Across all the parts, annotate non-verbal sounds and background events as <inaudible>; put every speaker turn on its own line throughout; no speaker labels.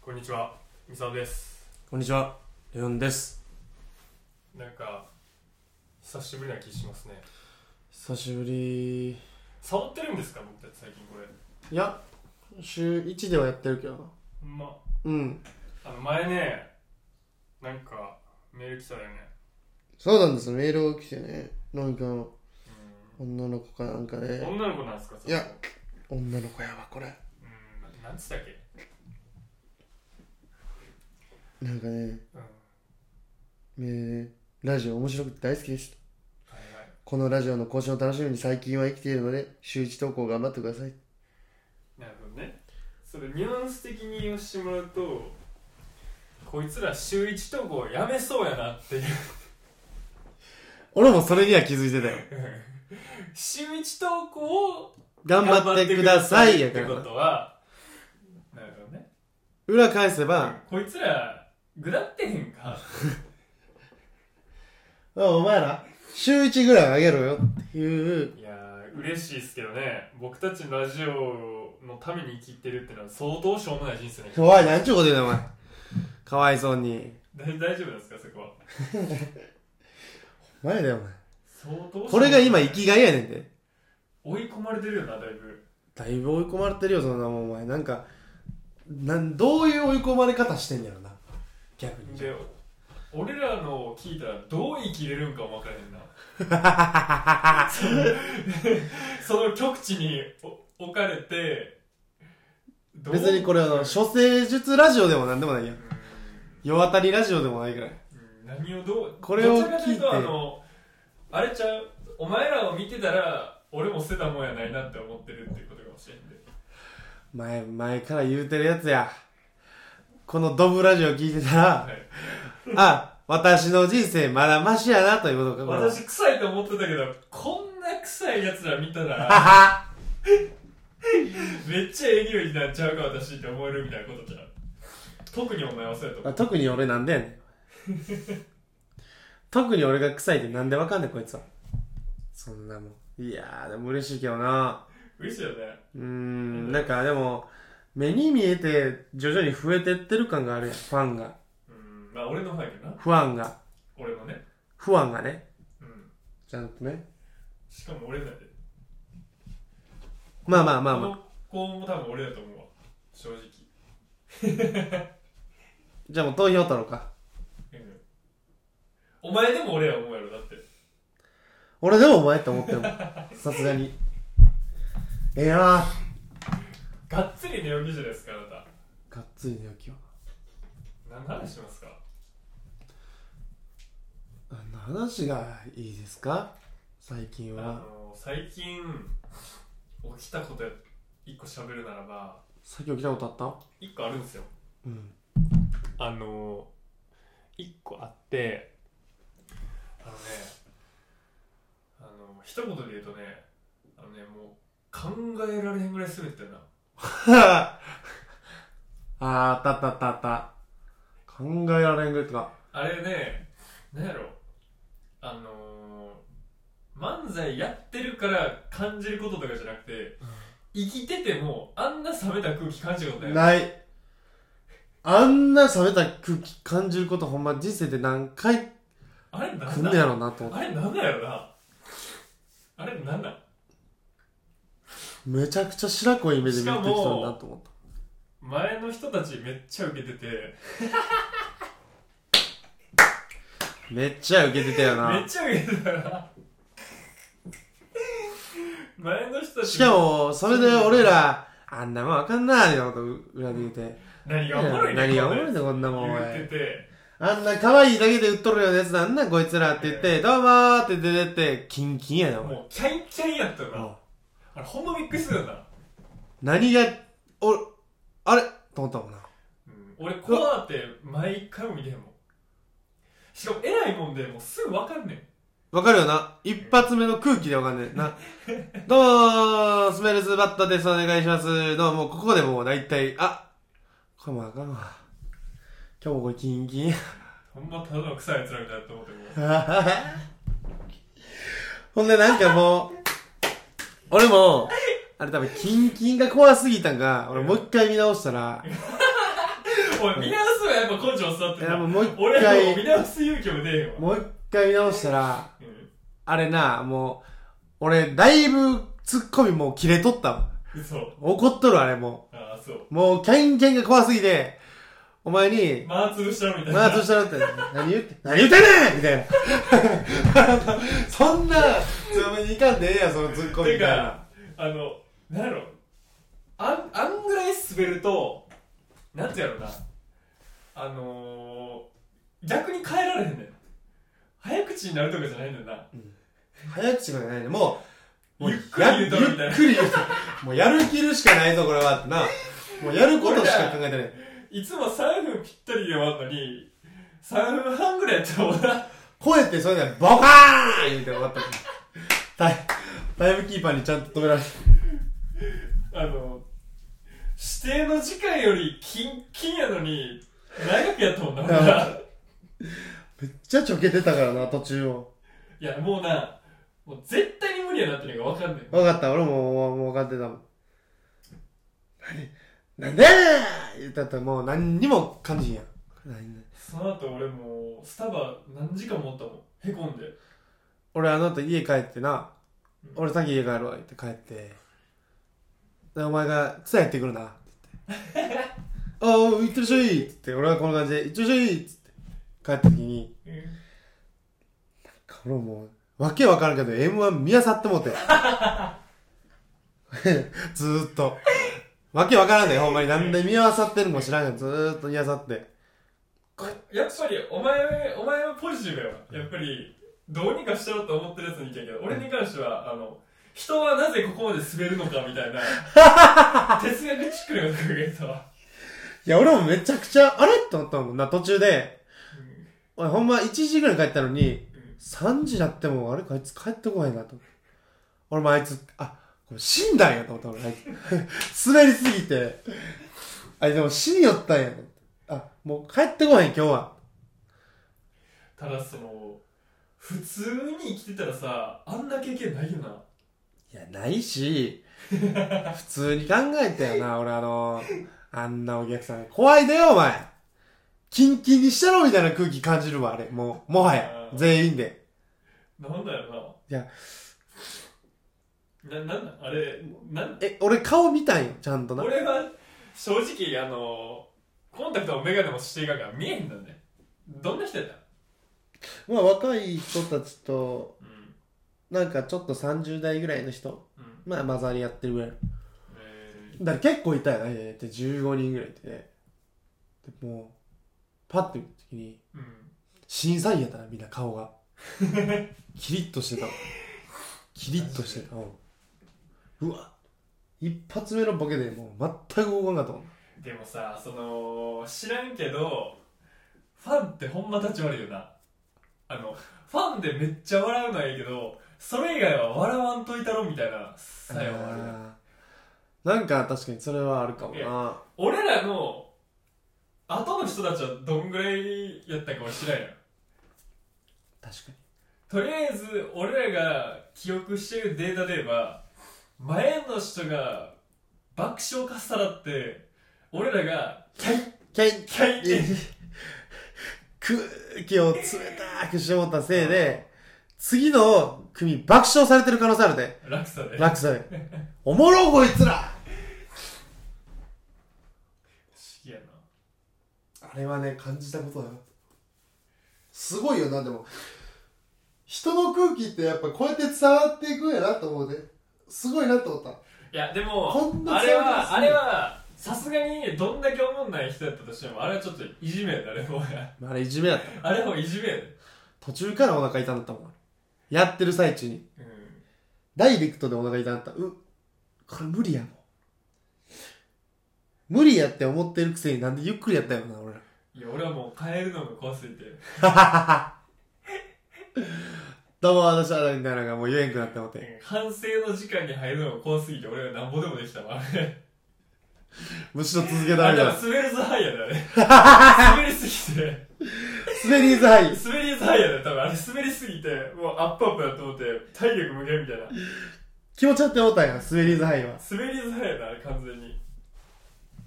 こんにちは、みさおです。
こんにちは、レオンです。
なんか、久しぶりな気しますね。
久しぶり。い
サボってるんですか、僕たち最近これ。
や、週1ではやってるけどな。
ほんま、
うん。
あの前ね、なんか、メール来たよね。
そうなんです、メールを来てね。なんか、女の子かなんか
うん、
で。
女の子なんですか、
いや女の子やわ、これ。
その子うん、なんつったっけ
なんかね、
うん。はい
ねラジオ面白くて大好きです。
はい。
このラジオの更新を楽しみに最近は生きているので、週1投稿頑張ってください。
なるほどね。それ、ニュアンス的に言わしてもらうと、こいつら週一投稿やめそうやなっていう。 <laughs>
俺もそれには気づいてたよ。
週一投稿を
頑張ってください
や
や
っ
か
て
ら
こ
な。
とは、なるほどね。
裏返せば、
こいつらぐだってへんか
お前ら、週1ぐらいあげろよっていう。
いやー嬉しいですけどね僕たちのラジオのために生きてるってのは相当しょうもない人生ね
おい、なんちゅうこと言うねん、お前。かわいそうに。
だ大丈夫なんですかそこは
前だよ、お前。
相当
これが今生
き
きがいやねんで。
追い込まれてるよなだいぶ
だいぶ追い込まれてるよ、そんなもん、お前。なんか、なん、どういう追い込まれ方してんやろな。逆に。
で俺らの聞いたらどう生きれるんかも分からへんな <laughs> そのその <laughs> 極地にお置かれてどう
別にこれ、あの、処世術ラジオでもなんでもないや
うん。
世当たりラジオでもないぐらい。
うん何をどう
これを
どちらかとうと
聞いて
あのあれちゃうお前らを見てたら俺も捨てたもんやないなって思ってるっていうことかもしれんで
前、前から言うてるやつや。このドブラジオ聞いてたら、
はい
あ、私の人生まだマシやな、ということか、これは。
私臭いと思ってたけどこんな臭いやつら見た
は <laughs>
ら
は
めっちゃええ匂いになっちゃうか私って思えるみたいなことちゃう特にお前はそうやと思
あ
う
特に俺なんだ <laughs> よねん特に俺が臭いってなんでわかんねんこいつはそんなもんいやーでも嬉しいけどな
嬉しいよね
うーんなんかでも目に見えて徐々に増えてってる感があるやんファンが
うんまあ俺の方やけどな
不安が
俺のね
不安がね
うん
ちゃんとね
しかも俺なんで
まあまあまあまあ
この子も多分俺だと思うわ正直
じゃあもう投票取ろうか
うんお前でも俺は思うやろだって
俺でもお前って思ってる <laughs> もんさすがにええな
がっつり寝起きじゃないですかあなた
がっつり寝起きは
何の話しますか
あの話がいいですか最近
あ
は
の最近起きたこと一個喋るならば
さっき起きたことあった
一個あるんですよ
うん
あの一個あってあのねあの一言で言うとねあのねもう考えられへんぐらい滑ったよな
<laughs> あーあったあったあったあった。考えられんぐらいとか。
あれねなんやろあの漫才やってるから感じることとかじゃなくて生きててもあんな冷めた空気感じることない
ない。あんな冷めた空気感じることほんま人生で何回
あれな
来
ん
んねや
だ
ろうなと思っ
あれなんだよなあれなんだ
て。めちゃくちゃ白子イメージ見てきたんだと思っ
前の人たちめっちゃ受けてて
た。めっちゃ受けてたよ
めっ
な。
ちゃ受けてたな前の人たち
しかも、それで俺ら、あんなもんあかんなーってこと裏で言うて。
何がおもろいね
何がおも
こ
ろい
ん
ねんこんなもんお
な言っ
前
て。て
あんな可愛いだけで売っとるようなやつなんなんこいつらって言って、どうもーって出てって、キンキンやな、お前。
もうキャインキャインやったよ
おう
なあれほんまびっくりするよな
何が、お、あれと思ったもんな。
うん俺こうなって毎回も見てへんもんしかも偉いもんでもうすぐ分かんねん
わかるよな。一発目の空気でわかんねえな。 <laughs> どうもー、スメルスバッタです。お願いします。どうも、ここでもう大体、あ、これもうあかんわ。今日もこれキンキン。
ほんまただの臭いやつらみたいだと思っても
<laughs> ほんでなんかもう、俺も、あれ多分キンキンが怖すぎたんか、俺もう一回見直したら、
おい見直すはやっぱ根性座って
いや
た
もうもう一
<laughs> 俺はもう
回
見直す勇気も出えへんわ
もう一回見直したら
う
あれなもう俺だいぶツッコミもう切れとったわ
んそう
怒っとるあれも
ああそう
うもうキャインキャインが怖すぎてお前に
マー潰したみたいな
まあ、そしたらって、何言って、何言ってんねんみたいな。そんな、強めにいかんでええやん、そのツッコミみたいな。
あのなんやろあんあんぐらい滑るとなんてやろうなあのー、逆に変えられへんねん早口になるとかじゃないねんな
早口とかじゃないね。もう、もう
ゆっくり言うとるみたいな
やゆっくり言うとるもうやる気るしかないぞ、これは。ってな。もうやることしか考えてない。
いつも3分ぴったりで終わるのに3分半ぐらいやったら終わら
声ってそういうのは、ボカーン言うて終わった。タイタイムキーパーにちゃんと止められて。
あの指定の時間よりキンキンやのに長くやったもんな俺ら
めっちゃちょけてたからな、途中を。
いやもうなもう絶対に無理やなってのが分かんない
わかった、俺ももうもう分かってたもん。何なんでー言ったったらもう何にも感じひんやん。何で
その後俺もうスタバ何時間もおったもんへこんで
俺あの後家帰ってな
うん、
俺先家帰るわ言って帰って、でお前が草やってくるなって
<laughs>
言って、ああ、いってらっしゃいって言って、俺はこの感じで、いってらっしゃいって言って帰った時に、俺もう、わけわからんけど M1 見あさってもうて。 <laughs> ずーっと。わけわからんねほんまに。なんで見あさってるのも知らんけど、ずーっと見あさって。
やっぱりお前お前はポジティブやわやっぱりどうにかしろと思ってるやつにいけんけど俺に関してはあの人はなぜここまで滑るのかみたい
<laughs>
な哲学チックなこと考えたわ
いや、俺もめちゃくちゃ、あれって思ったもんな、途中で。俺ほんま1時ぐらいに帰ったのに、3時になっても、あれこいつ帰ってこないなと。俺もあいつ、あ、これ死んだん <laughs> やと思った俺、あいつ。滑りすぎて。あいつでも死によったんやと思って。あ、もう帰ってこない今日は。
ただその普通に生きてたらさあんな経験ないよない
や、ないし、普通に考えたよ <laughs> な、俺あの、あんなお客さん。怖いでよ、お前。キンキンにしたろみたいな空気感じるわ、あれ。もう、もはや。全員で。
なんだよ
い
な
や
ななんだあれなん
え、俺顔見たんよ、ちゃんとな。
俺は正直あのコンタクトもメガネもしていかんから見えへんだねどんな人やった
まあ、若い人たちと、
うん
なんかちょっと30代ぐらいの人、
うん
まあ、混ざり合ってるぐらい。
え
だから結構いたよね、って15人ぐらいいてね。でもう、パッて見た時に、
ーうん
審査員やったな、みんな顔
<laughs>
が。キリッとしてた。キリッとしてた。うんうわ、一発目のボケでもう全く動かんかったもん。
でもさその知らんけどファンってほんま立ち悪いよなあのファンでめっちゃ笑うのはいいけどそれ以外は笑わんといたろみたいな作用はあるな
あーなんか確かにそれはあるかも
い
な。
俺らの後の人たちはどんぐらいやったかもしれんやん
確かに。
とりあえず俺らが記憶してるデータで言えば前の人が爆笑かっさらって俺らがキャイ
キャイ
キャイキャイ
空気を冷たくしてもったせいで、次の組爆笑されてる可能性あ
<laughs>
るで。
落差で
落差で。おもろこいつら
不思議やな
あれはね、感じたことだよ。すごいよな、でも。人の空気ってやっぱこうやって伝わっていくんやなと思うね。すごいなと思った。
いやでも
こんな
あ
差
れ
が
は
すごい
あれはさすがにどんだけ思んない人やったとしてもあれはちょっといじめやったねもう
あれいじめだった。
あれもいじめやで
途中からお腹痛なったもん。やってる最中に。
うん
ダイレクトでお腹痛なった。うん。これ無理やもん。無理やって思ってるくせになんでゆっくりやったよな、俺ら。
いや俺はもう変えるのが怖すぎて
どうも、私は、みたいなのがもう言えんくなって思って。
反省の時間に入るのが怖すぎて俺はなんぼでもできたわあれ
むしろ続けた
あ
み
れ
たい
は
な。
滑りズハイやだね
<laughs>
滑りすぎて
滑りーズハイ。
滑りズハイやだ多分あれ滑りすぎてもうアップアップだと思って体力無限みたいな
気持ちあって思ったんや、滑りーズハイは。
滑りズハイやだあれ完全に
い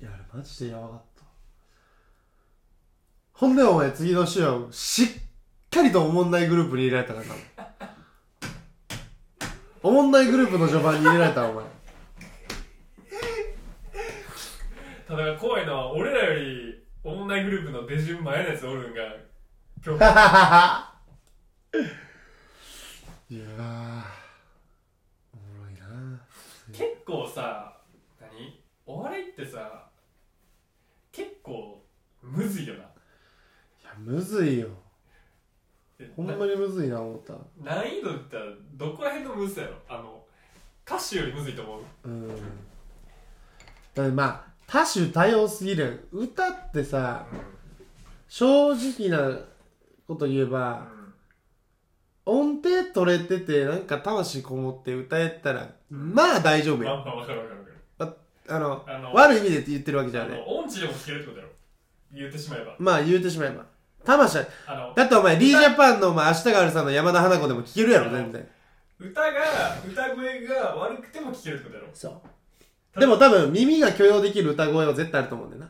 や、あれマジでやばかった。ほんでお前次の週はしっかりとおもんないグループに入れられたからなおもんないグループの序盤に入れられたお前 <laughs>
ただ怖いのは俺らよりオンライングループの出順前のやつおるんが今
い
日
やーおもろいな
結構さ何お笑いってさ結構むずいよない
やむずいよ
え
ほんまにむずいな思った
な難易度って言ったらどこら辺のむずさやろあの歌手よりむずいと思う
うんだってまあ多種多様すぎる歌ってさ正直なこと言えば音程取れててなんか魂こもって歌えたらまあ大
う
丈夫
んまあ
よ
まあわかるわかるわかる
あの
あの
悪い意味で言ってるわけじゃ
あ
ない
の音痴でも聞けるってことやろ言ってしまえば
まあ言うてしまえば魂は
あの
だってお前 d ジャパンのお前明日があるさんの山田花子でも聴けるやろ全然
歌が歌声が悪くても聞けるってことやろ
そうでも多分耳が許容できる歌声は絶対あると思うんだよ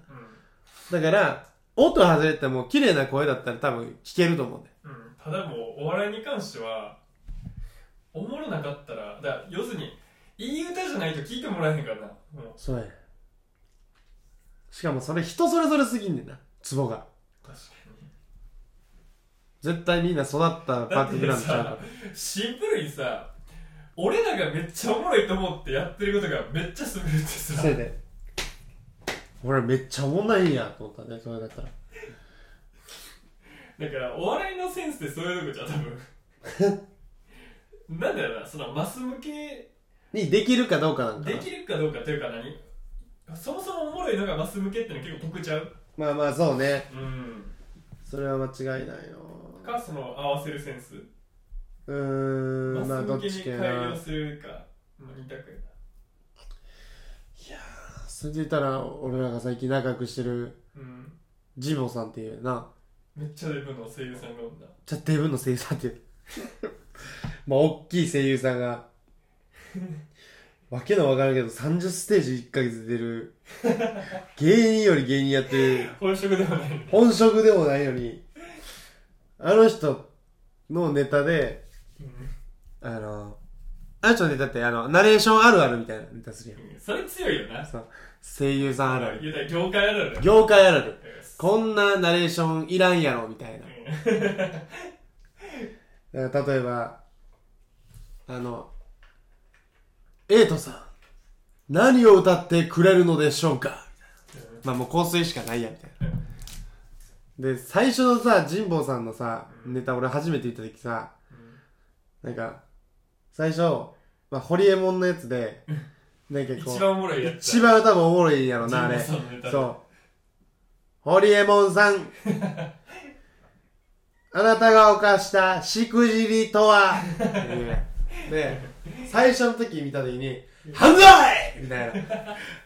なだから音外れても綺麗な声だったら多分聴けると思うんだよ
うん、うん、ただもうお笑いに関してはおもろなかったらだから要するにいい歌じゃないと聞いてもらえへんからなもう
そうやねんしかもそれ人それぞれすぎんねんなツボが
確か
絶対みんな育った
にだ
バッ
っ
クグラウン
て
ドちゃうから
さシンプルにさ俺らがめっちゃおもろいと思ってやってることがめっちゃ滑るってさ
せいで俺めっちゃおもんないんやと思ったねそれだったら
だからお笑いのセンスってそういうとこじゃん多分 <laughs> なんだよなそのマス向け
にできるかどうかなんか
で
な
きるかどうかというか何そもそもおもろいのがマス向けってのは結構得ちゃう
まあまあそうね
うん
それは間違いないよ
かその合わせるセンス
うー
マ
んまあ
ス
ど
向
っ
け
ち
に
系
改
な
良するかの二択や
それで言ったら俺らが最近仲良くしてる
なうん
ジボさんっていうな
めっちゃデブの声優さんがおんな
じゃあデブの声優さんっていう <laughs> まあ大きい声優さんがわけのわからんけど30ステージ1ヶ月出る芸人より芸人やってる
本職ではないの
本職でもないのに、あの人のネタで、あの、あの人のネタって、あの、ナレーションあるあるみたいなネタするやん。
うんそれ強いよな
そう声優さんあるある。
言うたら業界あるあるだよ
業界あるある。
う
こんなナレーションいらんやろ、みたい
ん
な。だから例えば、あの、エイトさん、何を歌ってくれるのでしょうかまあもう香水しかないやみたいな。で、最初のさ、神保さんのさ、ネタ俺初めて行った時さ、なんか、最初、まあ、ホリエモンのやつで、なんかこ
一
う、
番おもろいやつ
一番多分おもろいやろな、あれ。
ジモンさんのネタで
そう。ホリエモンさん。あなたが犯したしくじりとはっていうねで、最初の時見た時に、犯罪みたいな。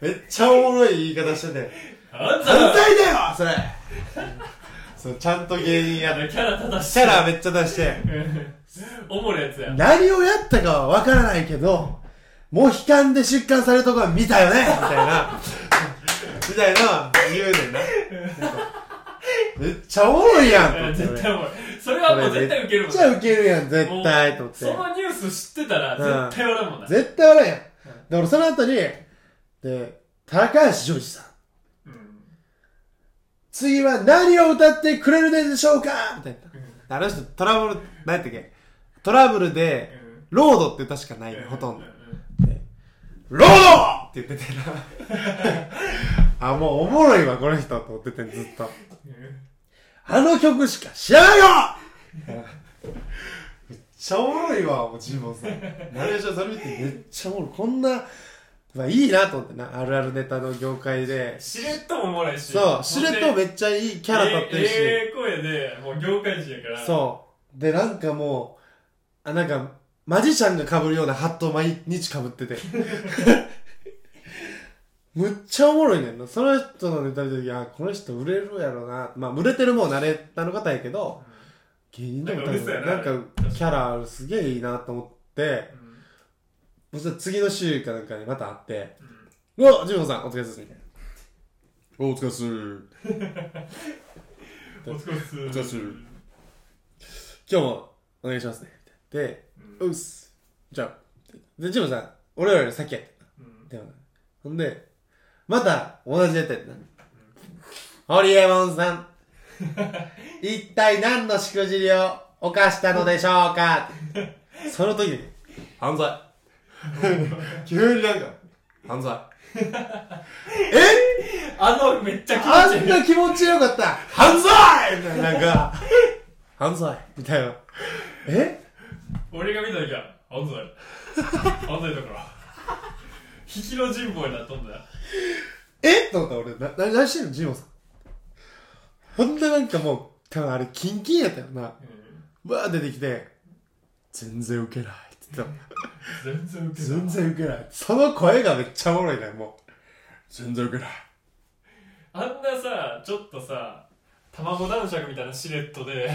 めっちゃおもろい言い方してて。
あんた
犯
だ
罪だよそれそうちゃんと芸人 <laughs> やって
キャラ正し
キャラめっちゃ出して
うんおもろいやつや
何をやったかはわからないけどもう悲観で出刊されるとこは見たよねみたいな <laughs> みたいな言うねん <laughs> なめっちゃおもろいやんと思って
絶対おもろいそれはもう絶対ウケる
め
も
っ
ん
ちゃウケるやん絶対と
もう
思って
そのニュース知ってたら
うん
絶対笑うもんな、
絶対笑うやんで俺その後にで高橋ジョージさん
うん
次は何を歌ってくれるでしょうかみたいな。あの人トラブル、何やったっけトラブルで、ロードって歌しかない、ほとんど
う。ん
ロードって言ってて
<laughs>
な。あ、もうおもろいわ、この人、と思ってて、ずっと。あの曲しか知らないよめっちゃおもろいわ、もうジモンさん。ナレーションそれ見てめっちゃおもろい。こんな、まあいいなと思ってな、あるあるネタの業界で。
しれっともおもろいし
そう、しれっと
っ
めっちゃいいキャラ立ってるし。
ええ声でもう業界人やからう
そう。で、なんかもう、あ、なんか、マジシャンが被るようなハットを毎日被って <laughs> て。むっちゃおもろいねんな。その人のネタ見た時、あ、この人売れるやろな。まあ、売れてるもん慣れたの方やけど、芸人でも多
なんか嘘や
分、
な
なんか、キャラあるすげえいいなと思って、
ん
そしたら次の週かなんかにまた会って、
うん
うわ、ジモンさん、お疲れ様です。みたいな。お疲れ様です。
お疲れっす
お疲れっす今日もお願いしますね。で、
う
うんっす。じゃあ。で、ジムさん、俺らより先やって
うん
んな。でもほんで、また同じやったやんな。ホリエモンさ <laughs> ん。一体何のしくじりを犯したのでしょうかその時に、犯罪。 <laughs> 急になんか、犯罪。 <laughs> え
あのめっちゃ
あ
気持ち
ん
いい
な気持ちよかった犯罪みたいな、なんか、犯罪みたいな。え
俺が見た時は安西安西だから引きの人望になっとんだよ
えと思った俺、な、な、何してんのジモンさん。ほんでなんかもう、多分あれ、キンキンやったよな。
うん
わー出てきて、全然ウケないって言ってた。
全然ウケない
全然ウケない。その声がめっちゃおもろいね、もう。全然ウケない。
あんなさちょっとさ卵男爵みたいなシルエットで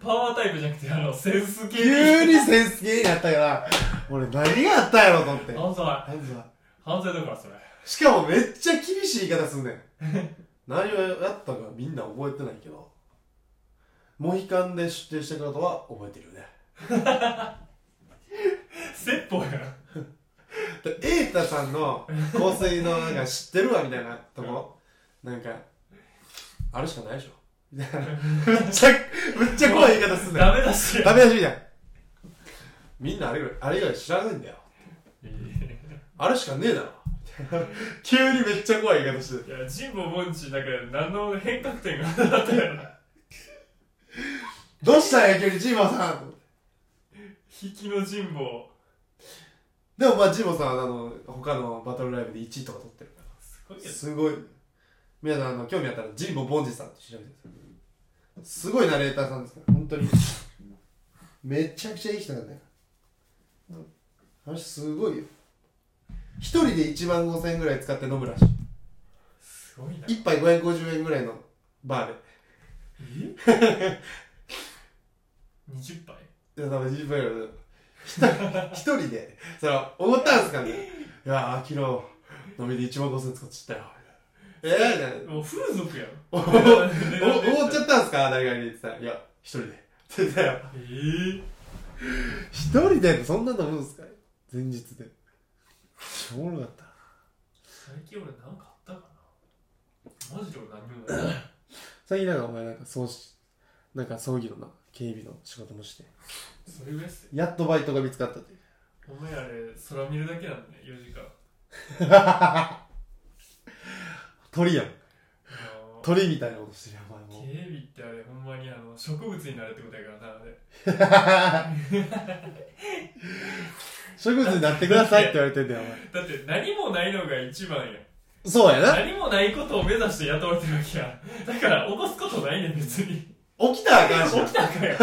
パワータイプじゃなくてあのセンス系
<laughs> 急
に
にセンス系になったから、俺何があったんやろと思って。
安西
犯罪
犯罪だからそれ
しかもめっちゃ厳しい言い方すんね <laughs> ん。何をやったかみんな覚えてないけど、モヒカンで出店したことは覚えてるよね。
説法やん
で瑛太さんの香水のなんか知ってるわみたいなとこなんかあれしかないでしょみたいなめっちゃめっちゃ怖い言い方すんだよ
ダメだし
ダメだしみたいなみんなあれぐらいあれ以外知らないんだよあれしかねえだろみたいな急にめっちゃ怖い言い方し
い
て
や神保盆地だから何の変革点がなかったよな
どうしたんや急にジーボさん
引きの神保
でもまあジーボさんはあの他のバトルライブで1位とか取ってるか
すごい
ら
やつ
すごい皆さんあの興味あったらジンボボンジさんって調べてくださいすごいナレーターさんですから本当にめちゃくちゃいい人なんだよあれすごいよ一人で1万5000円ぐらい使って飲むらしい
すごいな
一杯550円ぐらいのバー
え ?20 杯
でいや多分10杯ぐらいだよ一人一人でそれ思ったんですかねいやー昨日飲みで1万5000円使っちゃったよえー、みたいな
もう風俗やん
<laughs> おお思っちゃったんすか誰がに言ってたら「いや一人で」って言ったよ
えー、
<laughs> 一人でそんなと思うんすか前日でおもろかった
最近俺なんかあったかなマジで俺何にもない
最近なんかお前なんか葬式なんか葬儀のな警備の仕事もして
それぐらいっすよ
やっとバイトが見つかったっていう
お前あれ空見るだけなんだね4時間
鳥やん
あの
鳥みたいなことしてるよお前
警
<laughs> もう
備ってあれほんまにあの植物になるってことやからなあれ
植物になってくださいって言われてんだよお前
だって何もないのが一番やん
そうやな
何もないことを目指して雇われてるわけやだから起こすことないねん別に
起きたらあかん
起
しな
きたらあかんやん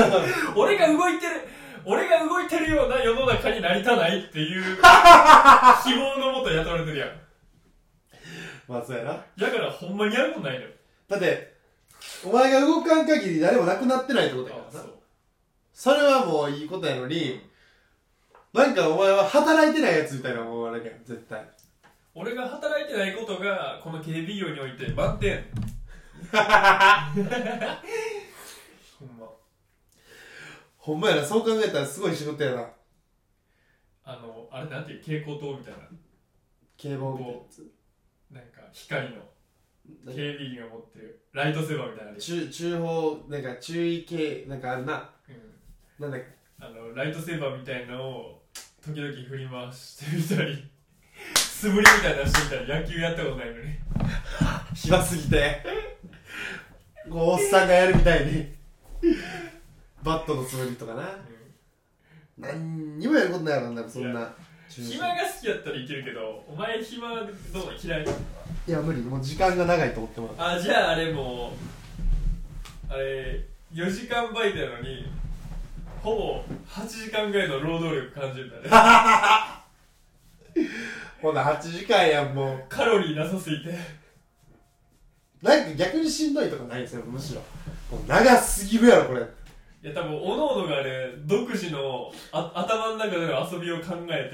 <laughs> 俺が動いてる俺が動いてるような世の中になりたないって <laughs> いう希望のもと雇われてるやん
まあそうやな
だからほんまにやることないのよ
だってお前が動かん限り誰もなくなってないってことやか
あ
ら
そう
なそれはもういいことやのになんかお前は働いてないやつみたいな思われるやん絶対
俺が働いてないことがこの警備業において満 <laughs> 点ほんま
ほんまやなそう考えたらすごい仕事やな
あのあれなんていう蛍光灯みたい
警棒みたいなやつ
ななんか光の警
何
備員が持ってるライトセーバーみたいなのある
中中報なんか注意系なんかあるな
やんうん
なんだっ
あのライトセーバーみたいのを時々振り回してみたり <laughs> 素振りみたいなのしてみたり野球やったことないのに
け暇すぎてこうおっさんがやるみたいにバットのつもりとかな何にもやることないやろなそんな中
暇が好きやったらいけるけどお前暇どうも嫌い
いや無理もう時間が長いと思ってもらう
あじゃああれもうあれ4時間バイトやのにほぼ8時間ぐらいの労働力感じるん <laughs> だね
ほな8時間やんもう
カロリーなさすぎて
なんか逆にしんどいとかないですよむしろもう長すぎるやろこれ
いや多分おのおのがね独自のあ頭の中での遊びを考え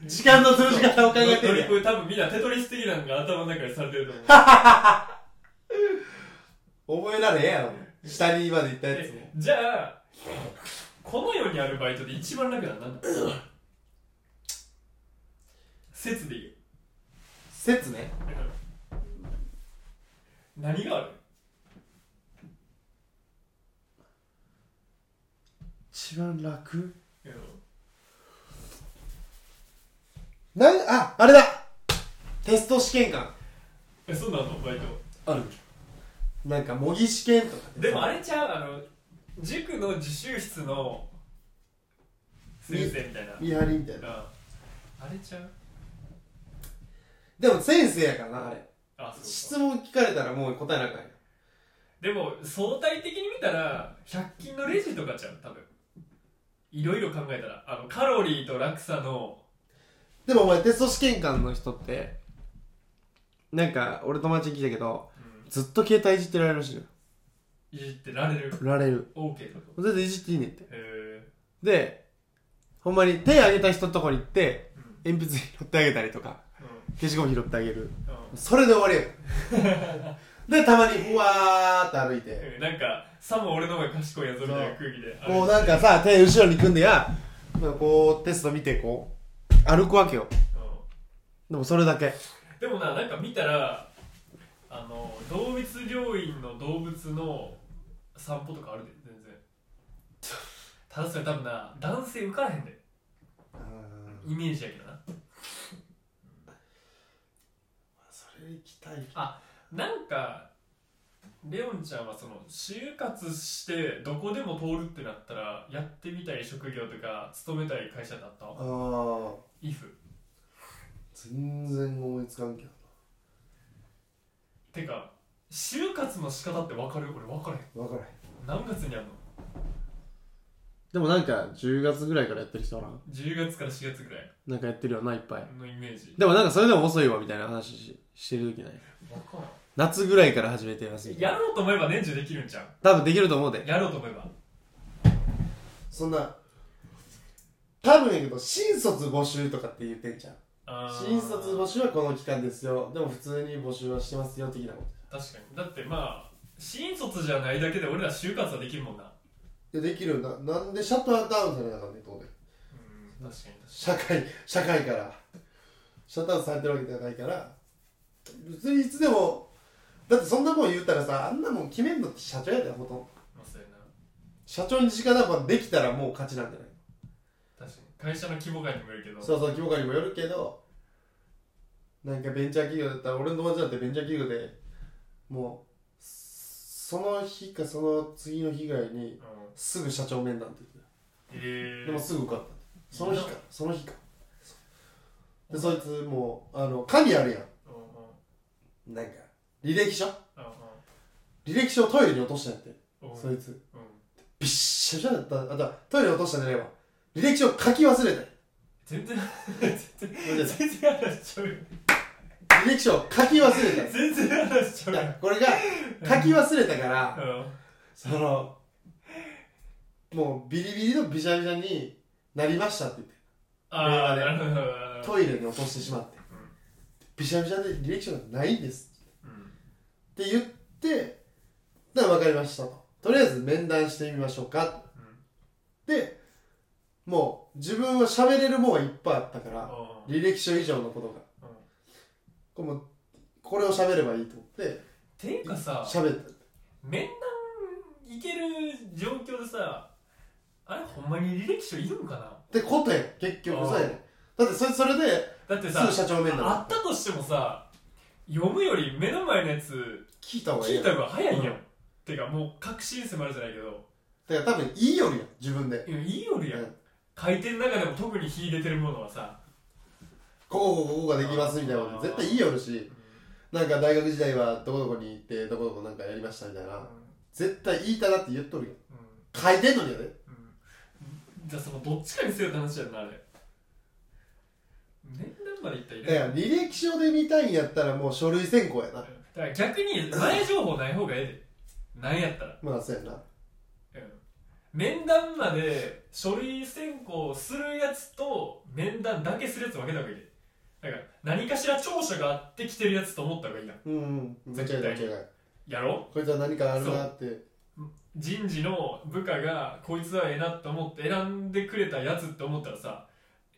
て
時間の通じ方を考えてるやん
これ多分みんなテトリス的なのが頭の中でされてると思う
覚えられへんやろ。下にまで行ったやつも。
えじゃあこの世にあるバイトで一番楽なのは何だ説でいいよ
説ね。
何がある
一番楽
うん
なん、あ、あれだテスト試験官。
えそうなのバイト
あるなんか模擬試験とかってさ
でもあれちゃうあの塾の自習室の先生みたいな
見張りみたい
うん
な
あれちゃう
でも先生やからなあれ
あそうか
質問聞かれたらもう答えなあかんやん
でも相対的に見たら100均のレジとかちゃう多分いろいろ考えたらあのカロリーと落差の
でもお前テスト試験官の人ってなんか俺友達に聞いたけど
う
ずっと携帯いじってられるらしいよ
んいじってられる
られる
OK ってこと
全然いじっていいねんって
へ
でほんまに手挙げた人のとこに行って
えうん
鉛筆拾ってあげたりとか消しゴム拾ってあげる
うん
それで終わりや <laughs> んでたまにうわーって歩いて
うんなんかさも俺の方が賢いやつみたいな空気で
こうなんかさ手後ろに組んでやなんかこうテスト見てこう歩くわけよ
う
でもそれだけ
んでもななんか見たらあの動物病院の動物の散歩とかあるで全然ただそれ多分な男性浮かれへんでイメージやけどな
それ行きたい
なんかレオンちゃんはその就活してどこでも通るってなったらやってみたい職業とか勤めたい会社だった
ああ
?IF
全然思いつかんけど
てか就活の仕方って分かる俺分からへん
分からへん
何月にあんの
でもなんか10月ぐらいからやってる人おらん
10月から4月ぐらい
なんかやってるよないっぱい
のイメージ
でもなんかそれでも遅いわみたいな話ししてる時ない
分から
夏ぐらいから始めてますみ
ん
たい
や
な
ろうと思えば年中できるんじゃん
多分できると思うで
やろうと思えば
そんな多分やけど新卒募集とかって言ってんじゃん
あー
新卒募集はこの期間ですよでも普通に募集はしてますよ的なこ
確かにだってまあ新卒じゃないだけで俺ら就活はできるもんな
とでできるんだなんでシャットダウンされなかったね当然
うん確かに確
社会社会からシャットダウンされてるわけじゃないから別にいつでもだってそんなもん言ったらさあんなもん決めんのって社長やでほとんど
かにまあそうやな
社長に直談判できたらもう勝ちなんじゃない
確かに会社の規模感にもよるけど
そうそう規模感にもよるけどなんかベンチャー企業だったら俺の友達だってベンチャー企業でもうその日かその次の日ぐらい
う
に
ん
すぐ社長面談って言って
え
でも
ー、
すぐ受かったその日かその日かでそいつもうあの紙あるや
うんうんうんうん
んなんか履歴書履歴書をトイレに落としたんやって
うん
そいつ
うん
びっしゃびしゃだったあだトイレに落としたんじゃないわ履歴書を書き忘れた
全然全
れ
然全然話しちゃうよ
履歴書を書き忘れた
全然話しちゃうよ
だこれが書き忘れたから
うん
そのもうビリビリのビシャビシャになりましたって言って
ああなるほどなるほど
トイレに落としてしまって
うん
ビシャビシャで履歴書がないんです
うん
って言ってだから分かりましたととりあえず面談してみましょうか
うん
でもう自分は喋れるもんはいっぱいあったから
あー
履歴書以上のこと
うん
がこれもうこれを喋ればいいと思って
ていうかさ
喋った
面談いける状況でさあれほんまに履歴書いるんかな
でことやん結局そうやねんだってそれそれで
だって
す
さ
ぐ社長面談
あったとしてもさ読むより目の前のやつ
聞いた方がいい
聞
や
い
ん
た方が早いやん、
うん
てかもう確信迫るじゃないけど
だから多分いいよりやん自分で
いやいいよりやん、
うん
書いてる中でも特に秀でてるものはさ、
ここここここができますみたいなこと絶対いいよるしなんか大学時代はどこどこに行ってどこどこなんかやりましたみたい
うん
な絶対いいたなって言っとるやん
うん
書いてんのにやで
うんじゃあそのどっちかにせよって話やんなあれ面談までいったらいら
だから履歴書で見たいんやったらもう書類選考やな
だから逆に前情報ない方がええでなんやったら、
まあそうやな
うん、面談まで書類選考するやつと面談だけするやつ分けた方がいいでだから何かしら長所があってきてるやつと思った方がいいやん
うんうん間違いない間違いない
やろ
こいつは何かあるなって
人事の部下がこいつはええなと思って選んでくれたやつって思ったらさ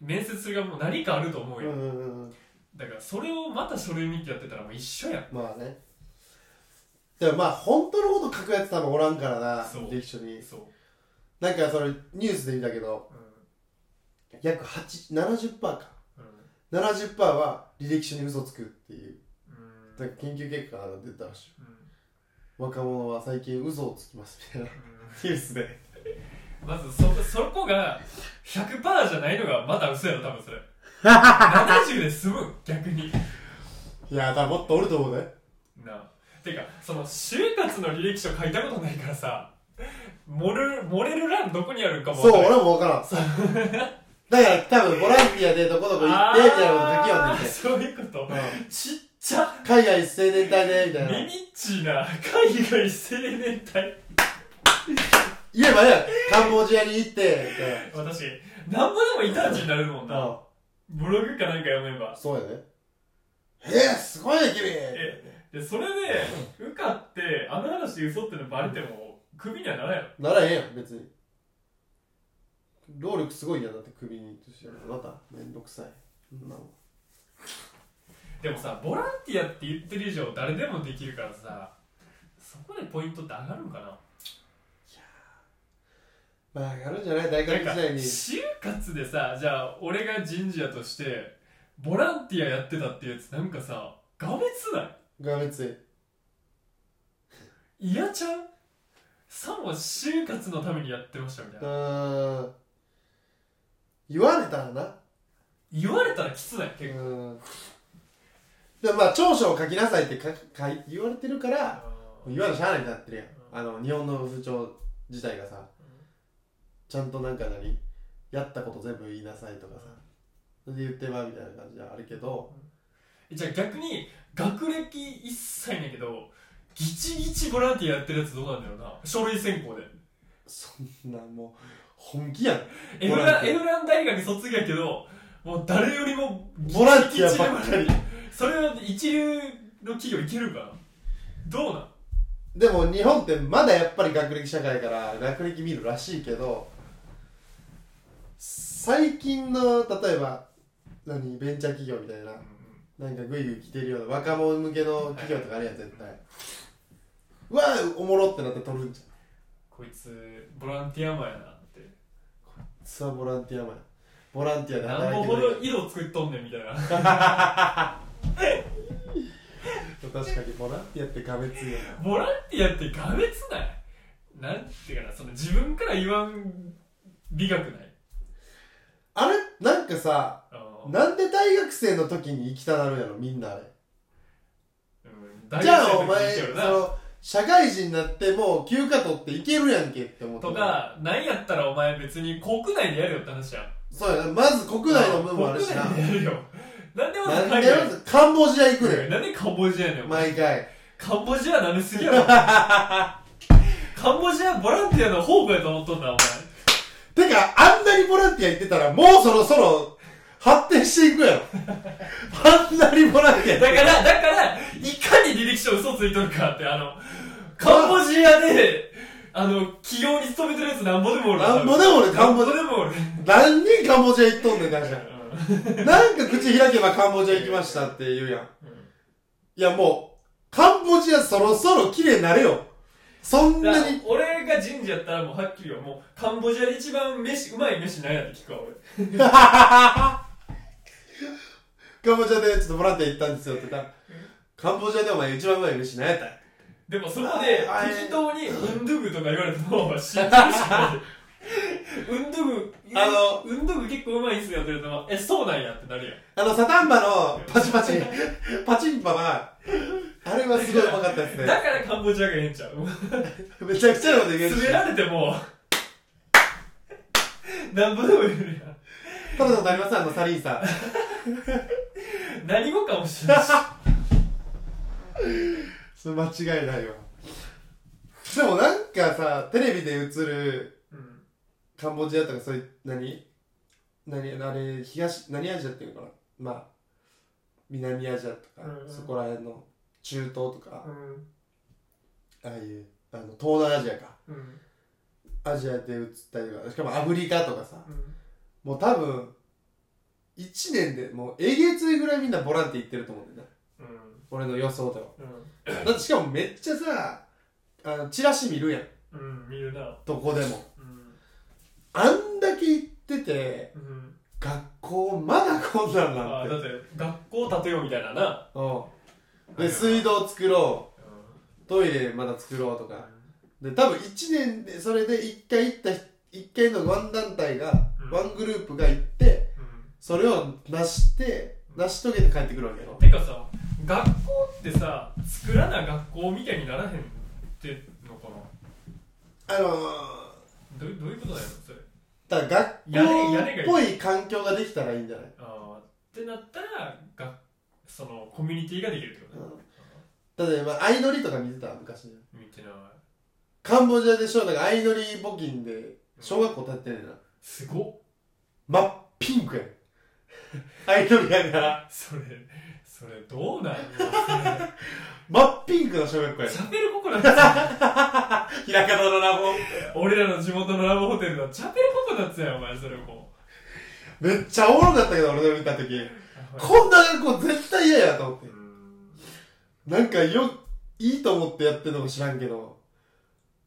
面接する側も何かあると思
う
うんよ、
うんうんうん
だからそれをまた書類見てやってたらもう一緒やん
まあねでもまあ本当のこと書くやつ多分おらんからな
そう
歴史に
そう、
なんかそれニュースで見たけど
う
約8 70%か
ん
70%は履歴書に嘘つくっていう
うん
なんか研究結果が出たらしい
うん
若者は最近嘘をつきますみたい
う
なニュースで
んまずそそこが100%じゃないのがまた嘘やろ多分それ70で済むん逆に
いやー多分もっとおると思うね
なあてかその就活の履歴書書いたことないからさ漏れる漏れる欄どこにあるんかも
そう
わからん
俺も分からんだから多分ボランティアでどこどこ行ってみたいなこと書きよう
あー
んねんて
そういうこと
う
ちっちゃ
ん海外一斉年隊でみたいな
ミニッチな海外青年隊
言えばねカンボジアに行ってみたい
私なんぼでも異端児になるもん
な
なブログかなんか読めば
そうやねえー、すごいね君
でそれで受かってあの話で嘘ってのバレてもクビにはならんやろ
ならへんやん別に労力すごいやんだって首にとしてやるまためんどくさいそんなもん
でもさボランティアって言ってる以上誰でもできるからさそこでポイントって上がるんかな
まあやるんじゃない大
なんか
学時代に
就活でさじゃあ俺が人事やとしてボランティアやってたってやつなんかさがめつない
がめつい
嫌ちゃうさも就活のためにやってましたみたいうな
ーん言われたらな
言われたらきつないう結構
んでもまあ長所を書きなさいってかかい言われてるから言われしゃあないになってるやんあの日本の風潮自体がさちゃんとなんか何やったこと全部言いなさいとかさそれで言ってばみたいな感じであるけど
じゃあ逆に学歴一切ないけどギチギチボランティアやってるやつどうなんだろうな書類選考で
そんなもう本気やん
エ
ボ
フ
ラ
ラン
ンティア
エフラン大学卒業やけどもう誰よりも
ボランティアばっかり
それは一流の企業いけるかなどうなん
でも日本ってまだやっぱり学歴社会から学歴見るらしいけど最近の例えば何ベンチャー企業みたいななんかグイグイ来てるような若者向けの企業とかあるやん絶対うわおもろってなって取るんじゃん
こいつボランティアマンやなって
ツアーボランティアマンボランティアで
なん
働
ぼほ
いてる
ど井戸作っとんねんみたいな
確かにボランティアってがめついよな
ボランティアってがめつないなんていうかなその自分から言わん美学ない
あれなんかさ
あの
なんで大学生の時に行きたなるやろみんなあれ
うん大
じゃあ
学生
お
の時
前
にし
そ
ような
の社会人になってもう休暇取っていけるやんけって思って
とかなんやったらお前別に国内でやるよって話や
そうやなまず国内の分もあるしな
国内でやるよなんでわざわざ
なん
海
でま
外
ずカンボジア行くねん
なんでカンボジアやねんお前
毎回
カンボジアなめすぎや
<laughs>
ろカンボジアボランティアの方向やと思っとんなお前
てかあんなにボランティア行ってたらもうそろそろ発展していくやろあんなにボランティア
だから、だから、いかに履歴書嘘ついとるかって、あの、カンボジアで、あの、企業に勤めてるやつなんぼでもおる。
なんぼでもお
な
るカ
ん
ン
ぼ
ボ
で
ジ
もおる。
何人カンボジア行っとんねんだじゃ
うん
なんか口開けばカンボジア行きましたって言うやんいやもうカンボジアそろそろ綺麗になれよそん
だか
な
ら
に
俺が人事やったらもうはっきりよもうカンボジアで一番飯うまい飯なんやって聞くわ俺
カンボジアでちょっとボランティア行ったんですよって言ったらカンボジアでお前一番うまい飯何やったん
でもそこで
ああれ
適当にウンドゥグとか言われても信じるしかないウンドゥグ
あ
ウンドゥグ結構うまいんすよって言われてもえそうなんやってなるやん
あの、サタンバのパチパチ、パチンパは、あれはすごいうまかったですね
だ。からカンボジアがええんちゃう
めちゃくちゃなこと言うし
詰められてもなんぼでも言えるやん
食べたことありますあの、サリーさん。
何語かもしれないし
それ間違いないわ。でもなんかさ、テレビで映る
うん
カンボジアとかそういう、何何あれ、東、何アジアっていうのかなまあ、南アジアとか
う、んうん
そこら辺の中東とか、
うん
ああいうあの東南アジアか
うんうん
アジアで移ったりとかしかもアフリカとかさもう多分1年でもうえげついぐらいみんなボランティア行ってると思うんだよね
うん
俺の予想では
うん
だってしかもめっちゃさあのチラシ見るやん
うん見るな
どこでも
うん
あんだけ行ってて
うん
学校まだこんなん
あ
な
あ
ん
だってて学校建てようみたいなな
うんで水道作ろ
う
うトイレまだ作ろうとか
ん
で多分1年でそれで1回行った1回のワン団体が、
うん
ワングループが行ってそれを成して成し遂げて帰ってくるわけやろ
てかさ学校ってさ作らな学校みたいにならへんってのかな
あの
どうどういうことだよそれ
ー、だか
屋
ら
根屋
学
根
校
が
っぽい環境ができたらいいんじゃない
ああってなったらがそのコミュニティができるってことね、
例えば相乗りとか見てた昔
見てない
カンボジアでしょだから相乗り募金で小学校建ってんねんな
すごっ
真っピンクやん <laughs> 相乗りやから
それそれどうなんよ
真っピンクの小学校やん <laughs>
それチャペルココナッツ
ひらかたのラボ
俺らの地元のラブホテルのチャペルココナッツやんお前それも
めっちゃおもろかったけど俺の見た時
う
こんな学校絶対嫌やと思って
うん
なんかよいいと思ってやってるのか知らんけど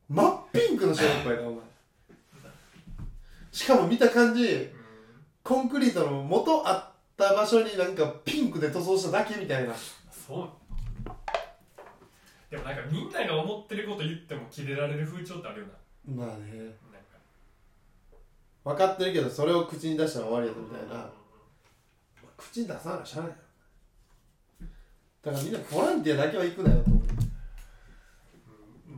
真っピンクの小学校やなお前しかも見た感じ
うん
コンクリートの元あった場所になんかピンクで塗装しただけみたいな
そうでもなんかみんなが思ってること言ってもキレられる風潮ってあるよな
まあね
なんか
分かってるけどそれを口に出したら終わりやぞみたいな、まあ口に出さなきゃしゃあないよだからみんなボランティアだけは行くなよと思
う
う、
ん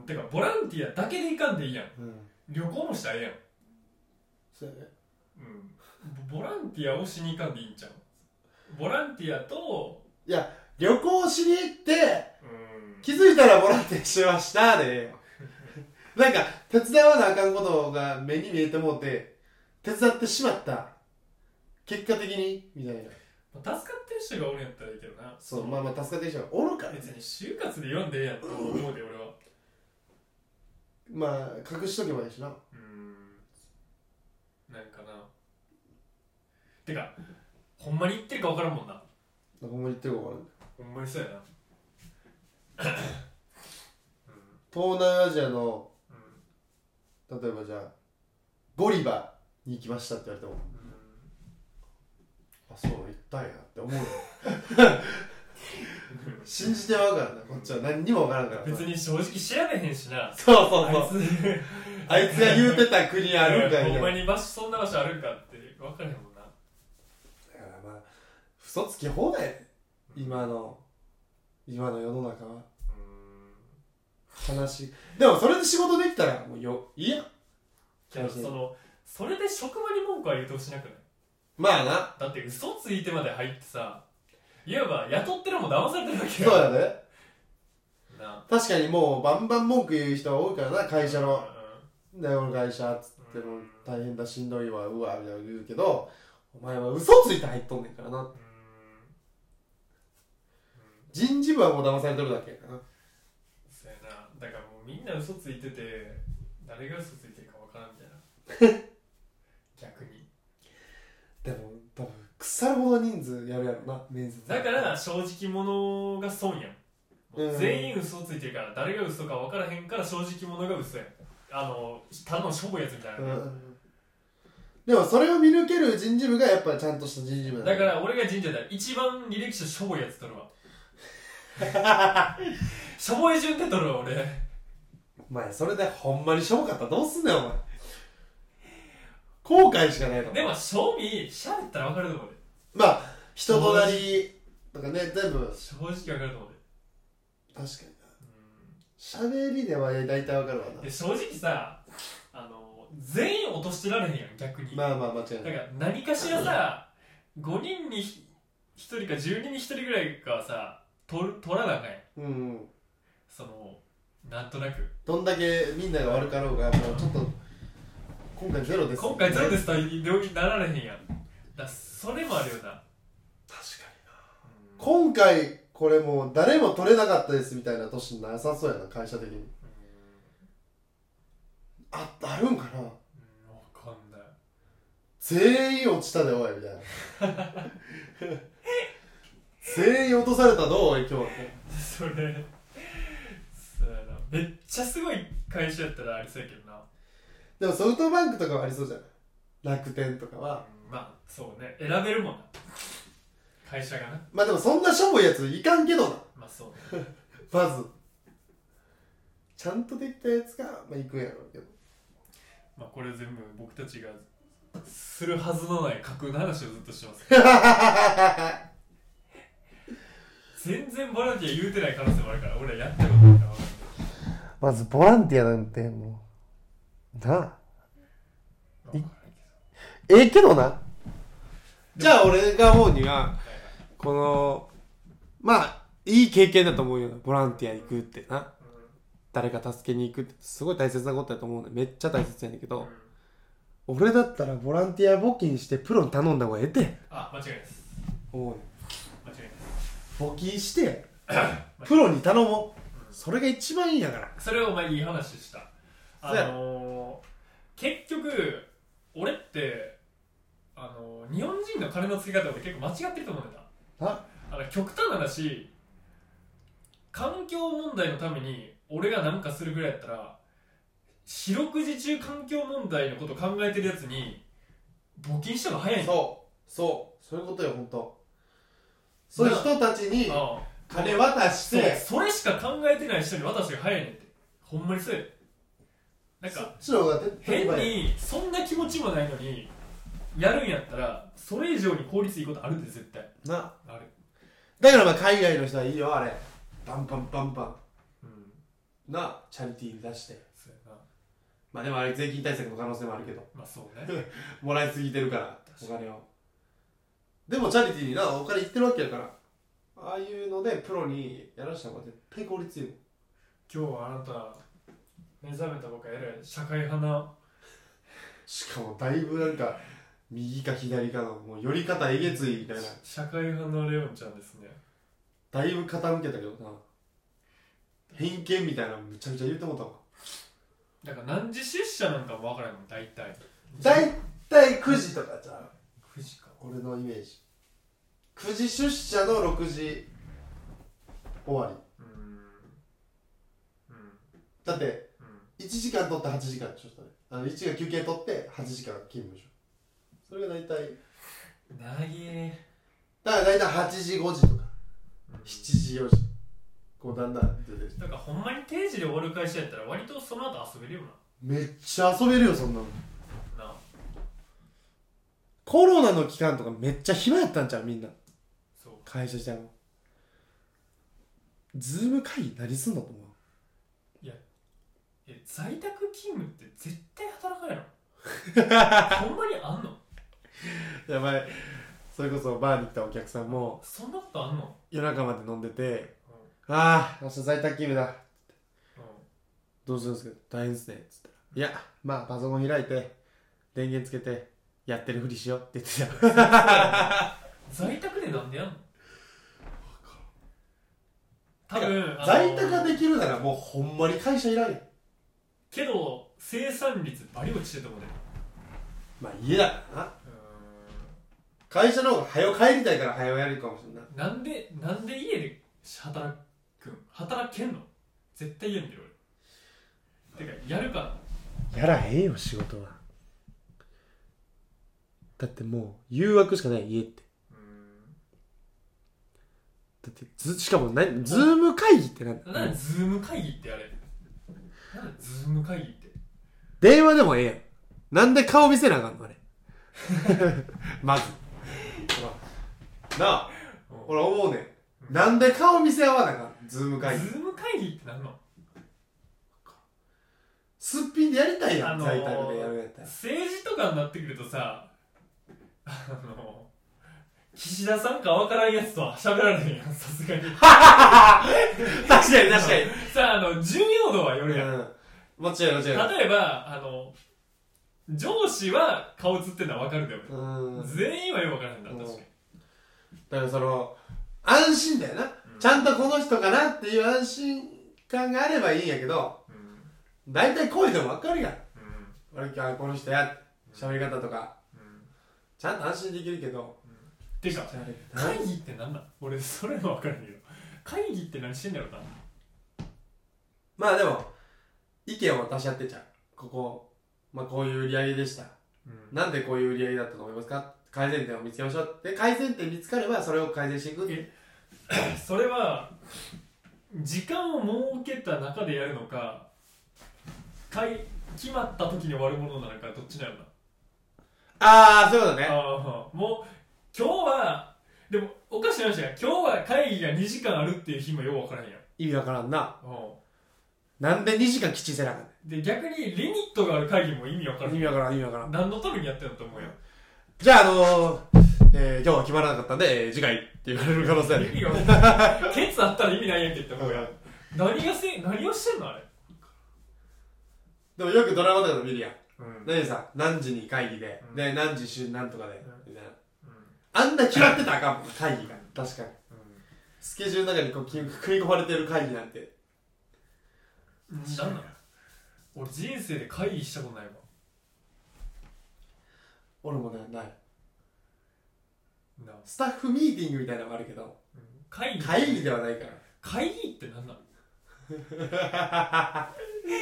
てかボランティアだけで行かんでいいやん
うん、
旅行もしたらええやん
そうやね
うんボボランティアをしに行かんでいいんちゃうボランティアと
旅行しに行って
うん
気づいたらボランティアしましたでなんか手伝わなあかんことが目に見えてもうて手伝ってしまった結果的にみたいな
まあ助かってる人がおるんやったらいいけどな
そうまあまあ助かってる人がおるからね
別に就活で言わんでええやんと思うで俺は
まあ隠しとけばいいしな
うんなんかなてかほんまに言ってるか分からんもんな
ほんまに言ってるか分からん
ほんまにそうや
<laughs>
な
東南アジアの
うん
例えばじゃあゴリバに行きましたって言われても
う
あそう行ったんやって思うよ
ん
信じてまうからなこっちは何にも分からんから
別に正直調べへんしな
そうそう
あ
そ
いうつ
あいつが言うてた国あるんかいみ
<laughs> ほん
たいな
まに場所そんな場所あるんかって分からへんもんな
だからまあ嘘つき放題やで今の今の世の中は
うん
悲しいでもそれで仕事できたらもうよいいやん
けどそのそれで職場に文句は言うてほしなくない
まあな
だって嘘ついてまで入ってさいわば雇ってるもん騙されてるわけ
そうやで
な
確かにもうバンバン文句言う人は多いからな会社のね俺会社っつっても
うん
大変だしんどいわうわみたいな言うけどお前は嘘ついて入っとんねんからな
うん
人事部はもう騙されてるだけやからな
そうやなだからもうみんな嘘ついてて誰が嘘ついてるかわからんみたいな
<laughs>
逆に
でも多分腐るほど人数やるやろな面接
だから正直者が損やんもう
うん
全員嘘ついてるから誰が嘘かわからへんから正直者が嘘やんあのただのしょぼいやつみたいな、
うんでもそれを見抜ける人事部がやっぱりちゃんとした人事部なん
だから俺が神社だ一番履歴書しょぼいやつ取る
<laughs>
わしょぼい順で取るわ俺
お前それでほんまにしょぼかったらどうすんねんお前後悔しかないの
でも正味しゃべったら分かると思うで
まあ人となりとかね全部
正直分かると思うで
確かにな喋りでは大体わかるわ
うん
な
で正直さあの全員落としてられへんやん逆に、
まあまあ間
だ
違いない
から何かしらさ5人に1人か10人に1人ぐらいかはさ取る取らなあかんやん
うんうん
そのなんとなく
どんだけみんなが悪かろうがもうちょっと今回ゼロです
今回ゼロですすとは病気になられへんやんだからそれもあるよな
確かに今回これもう誰も取れなかったですみたいな年なさそうやな会社的に
うん
ああるんかな
うんわかんない <laughs>
全員落ちたでおいみたいな全員落とされたどうおい今日
それそうやなめっちゃすごい会社やったらありそうやけどな
でもソフトバンクとかはありそうじゃない楽天とかは
うんまあそうね選べるもんな会社がな
まあでもそんなしょぼいやついかんけどな
まあそうね
まずちゃんとできたやつが、まあ、いくんやろうけど
まあこれ全部僕たちがするはずのない架空の話をずっとしてます全然ボランティア言うてない可能性もあるから俺らやったことないから分かんない
まずボランティアなんてもうなあ
けど
ええけどなじゃあ俺が思うにはこのまあいい経験だと思うよボランティア行くってな誰か助けに行くってすごい大切なことだと思うねめっちゃ大切やねんけ
うん
ど俺だったらボランティア募金してプロに頼んだ方がええって
あ間違いないです
思うね
間違いないです
募金して <clears throat> プロに頼もうそれが一番いいんやから
それをお前いい話したあ
そうや
のー、結局俺ってあのー、日本人の金の付け方って結構間違ってると思うんだ
あ
あの極端な話環境問題のために俺が何かするぐらいやったら四六時中環境問題のこと考えてるやつに募金した方が早いんだ
そうそうそういうことよ本当そういう人たちに
ああ
金渡し
そう
て
それしか考えてない人に渡しが早いねんってほんまにそうやでなん
そ
か
っちの方が手っ取り
変
早い
にそんな気持ちもないのにやるんやったらそれ以上に効率いいことあるんで絶対
な
ある
だからまあ海外の人はいいよあれバンバンバンバ
うん
ンなチャリティーに出して
そうやな
まあでもあれ税金対策の可能性もあるけど
まあそうね
もらいすぎてるからお
確か
金をでもチャリティーになお金いってるわけやからああいうのでプロにやらした方が絶対効率いいもん
今日はあなた目覚めたばっか偉い社会派な
しかもだいぶなんか右か左かのもう寄り方えげついみたいな
社会派のレオンちゃんですね
だいぶ傾けたけどな偏見みたいなのむちゃむちゃ言うてもうたわ
だから何時出社なんかもわからんの大体
大体9時とかじゃん
9時か
俺のイメージ9時出社の6時終わり
うーんうん
だって
うん
1時間取って8時間でしょそれあの1時間休憩取って8時間勤務でしょそれが大体
なぎえ
だから大体8時5時とか7時4時こうだんだん出てきて
だからほんまに定時で終わる会社やったら割とその後遊べるよ
めっちゃ遊べるよそんなの
ななあ
コロナの期間とかめっちゃ暇やったんちゃうみんな
そう
会社してもズーム会議何すんだと思う
え在宅勤務って絶対働かない <laughs> のほんまにあんの
やばいそれこそバーに来たお客さんも
そんなことあんの、
夜中まで飲んでて
うん
「ああ明日在宅勤務だ
う
どうするんですか大変ですね」っつったら「いやまあパソコン開いて電源つけてやってるふりしよう」って言ってた
ん、在宅でなんでやんの多分あの
できるならもうほんまに会社いらんよ
けど生産率バリ落ちてると思うね
まあ家だからな会社の方が早う帰りたいから早うやるかもしれない
なんでなんで家で働くん働けんの絶対家にいる俺てかやるか
やらへんよ仕事はだってもう誘惑しかない家って
う
だってずしかも何ズーム会議ってなん
んなん
だ
でズーム会議ってあれなんでズーム会議って
電話でもええやんなんで顔見せなあか
<laughs>
んのあれまずなあ
うん
俺思うねんなんで顔見せ合わなあかんズーム
ズーム会議ってなんの
すっぴんでやりたいやん、
あのー
在宅でやるやったら
政治とかになってくるとさあの岸田さんかわからんやつとは喋られへんやんさす
<laughs>
がに
<laughs> 確かに確かに
さああの重要度はよるやん
うんもちろんもちろん
例えばあの上司は顔映ってんのは分かるけど、
うん
全員はよく分からへんだ
うん
確かに、
だからその安心だよな、
んうん
ちゃんとこの人かなっていう安心感があればいいんやけど、
うん
大体声でもわかるやん。
うん
俺今日この人や、喋り方とか、
うん
ちゃんと安心できるけど、
てか
じゃああれ
会議って何なん俺それも分かるけど会議って何してんだろうな
まあでも、意見を出し合ってちゃう。ここ、まあこういう売り上げでした。
うん
なんでこういう売り上げだったと思いますか改善点を見つけましょう。で、改善点見つかれば、それを改善していく。
えそれは時間を設けた中でやるのか会決まった時に終わるものなのかどっちなのか
ああ、そういうことね。
ああもう今日はでもおかしな話や今日は会議が2時間あるっていう日もよう分からへんやん
意味わからんな。
う
なんで2時間きっちりせなあかん
んで逆にリミットがある会議も意味分から
ねん。
へん
意味わからん、意味わからん。
何のためにやってんのと思うよ
じゃあ、あのー、えー、今日は決まらなかったんで、えー次回って言われる可能性あ
意
る。
味がケツあったら意味ないやんけって思うやん何がせ何をしてんのあれ
でもよくドラマとかで見るやん。
うん
何さ、何時に会議で、
うん
で、何時週なんとかで、
う
みたいな。あんな決まってたらあかんもん、会議が。確かに。スケジュールの中にこう、き組み込まれてる会議なんて。
うん何なの俺人生で会議したことないわ
俺もね、ない。
なあ
スタッフミーティングみたいなのもあるけど、
うん会議
会議ではないから。
会議って何なの <laughs>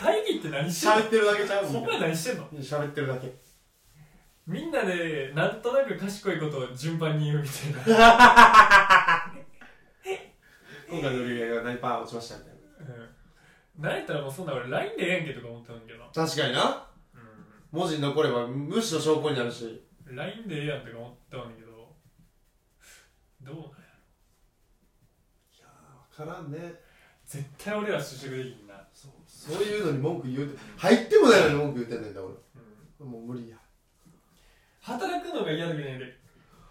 会議って何してんの
喋ってるだけちゃう
ほ
もん
んまに何してんの
喋ってるだけ。
みんなでなんとなく賢いことを順番に言うみたいな
<laughs> 今回の売り上げが何パー落ちましたみたい
うん慣れたらもうそんな俺 LINE でええやんけとか思ってたんだけどな、
な。確かにな。文字に残ればむしろ証拠になるし。
うん、LINE でええやんとか思ってたんだけどどうなんや
わからんね。
絶対俺ら就職できんな、
そうそういうのに文句言うて、入ってもないのに文句言ってんねんだ俺。
うん、
もう無理や。
働くのが嫌だけどね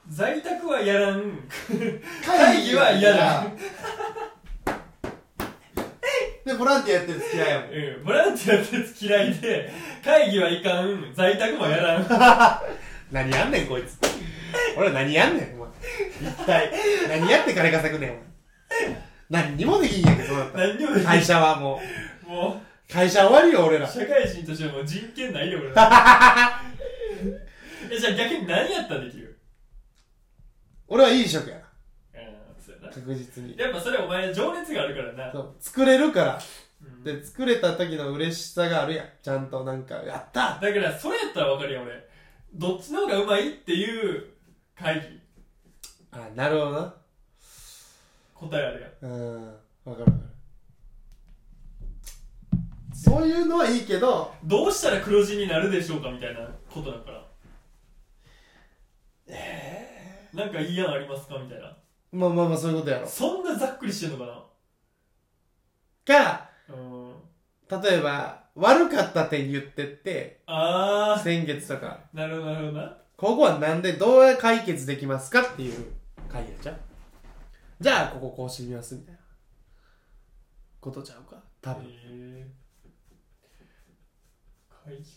在宅はやらん会議は嫌だ。
で、ボランティアやってる付き合いやもん。
うん、ボランティアってやつ嫌いで会議はいかん在宅もやらん
何やんねんこいつ。俺何やんねんお前。一体、何やって金稼ぐねんお前。何にもできんやんけ、そうだったら。
何にもできん
会社はも
も
う、会社終わりよ俺
う
ら。
社会人としてはもう人権ないよ俺らえじゃあ逆に何やったらできる
俺はいい職やな。
うんそうやな
確実に。
やっぱそれお前情熱があるからな、
そう作れるから。
うん
で、作れた時の嬉しさがあるやん。ちゃんとなんか、やった
だからそれやったら分かるよ俺どっちの方がうまいっていう会議
あ、なるほどな。
答えあるやん
うん、わかるわかる。そういうのはいいけど、
どうしたら黒字になるでしょうかみたいなことだからええなんかいい案ありますかみたいな
まあまあまあそういうことやろ。
そんなざっくりしてんのか
か、
なうん
例えば、悪かった点言ってって、
あ
先月とか、
あなるほどなるほどな
ここはなんでどう解決できますかっていう会議やじゃん。じゃあ、こここうしてみますみたいな。ことちゃうか多分。
ええ会議か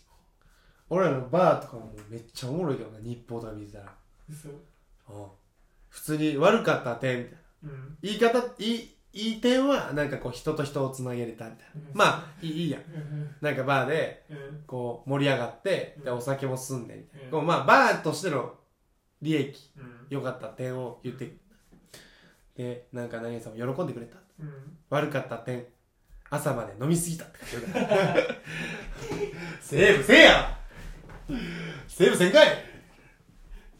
俺らのバーとかもめっちゃおもろいけどな、日報とか見てたら。
嘘
うん普通に悪かった点みたいな。
うん
言い方、いい、いい点は、なんかこう人と人をつなげれたみたいな。まあ、いいいいやん。
うん
なんかバーで、
うん
こう盛り上がって、
う
で、
ん
お酒も進んでみたいな。
うん
こうまあ、バーとしての利益、
うん
良かった点を言って、で、なんか何々さんも喜んでくれた。
うん
悪かった点、朝まで飲みすぎたって書いてあ
<laughs>
るセーブせえやセーブせんかい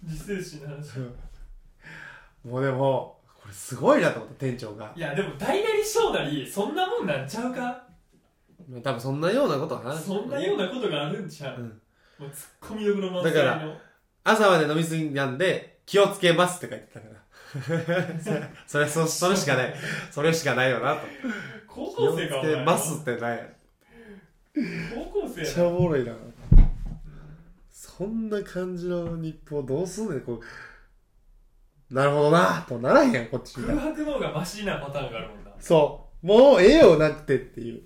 自制心の話
もうでも、これすごいなと思った、店長が。
いやでも大なり小なりそんなもんなんちゃうか
多分そんなようなことは話して
そんなようなことがあるんちゃう、
うん
もうツッコミどころ満載
だから
の
朝まで飲みすぎなんで、気をつけますって書いてたから。 <laughs> それ、そ、それしかない。それしかないよなと。
高
気を
校
つ
生かお
け
前
ますってない。
高校生
めっ
や
ち
な
ゃおもろいな。そんな感じの日報どうすんねん、こう。なるほどなとならへんやん、こっちみたい
空
な。
白の方がマシなパターンがあるもんな
そう。もうええよなくてって <laughs> いう。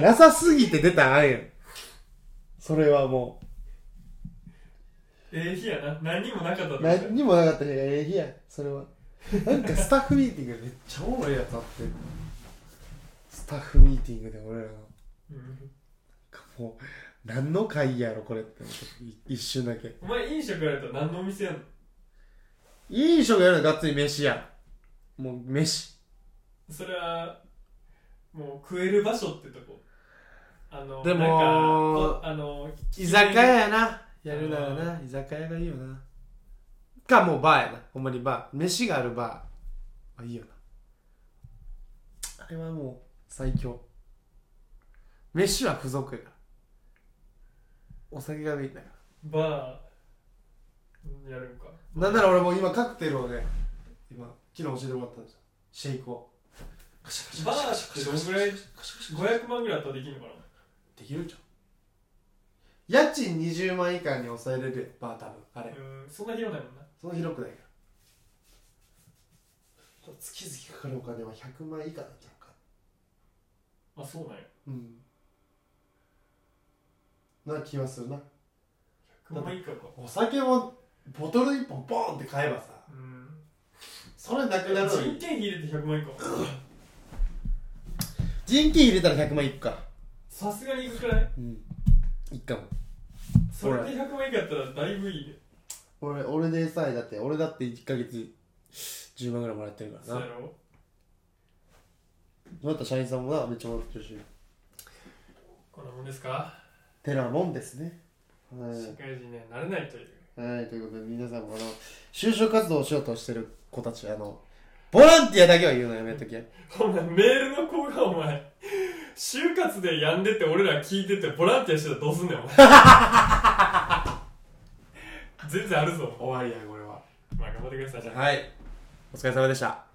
なさすぎて出たあんやん。それはも
ええ日やな何にもなかった
う、
としたら
何にもなかった日がええ日や。それは。なんかスタッフミーティングでめっちゃおもろいやつあってスタッフミーティングで俺らの
うん
もう何の会議やろこれって思ってい一瞬だけ
お前飲食やると何のお店やんの
飲食やるのがっつり飯やんもう飯
それはもう食える場所ってとこあの
でも
なんかおあの
居酒屋やなやるならな居酒屋がいいよなかもうバーやなほんまにバー飯があるバーまあいいよなあれはもう最強飯は付属やからお酒がメインだから
バーやるんか
なんなら俺もう今カクテルをね今昨日教えてもらったんですよシェイクをカシャカシャ
バ
カシ
ー
ャ
ってどんぐらい
カシャカシャカシャ
500万ぐらいあったらできるのかな
できるじゃん家賃20万以下に抑えれるよバー多分あれ
うんそんな広ないもんな
そんな広くないから月々かかるお金は100万以下なんちゃうか
あそうなんや
うんな気はするな
100万以下か
お酒もボトル1本ボーンって買えばさ
うん
それなくなるの
人
に
件費入れて100万以下
人件入れたら100万いくか
さすがにいくくらい
うんいっかも
それで100万以下やったらだいぶいいね
俺俺でさえだって俺だって1ヶ月10万ぐらいもらってるから
そう
な
やろ
また社員さんもなめっちゃもらってるし
こんなもんですか、
てなもんですねはい
社会人にはなれないという
はい、ということで皆さんもあの就職活動をしようとしてる子たちあのボランティアだけは言うのやめときや
お前メールの子がお前就活でやんでて俺ら聞いててボランティアしてたらどうすんねんお前全然あるぞ
終わりやこれは
まあ頑張ってくださいじゃあ
はいお疲れ様でした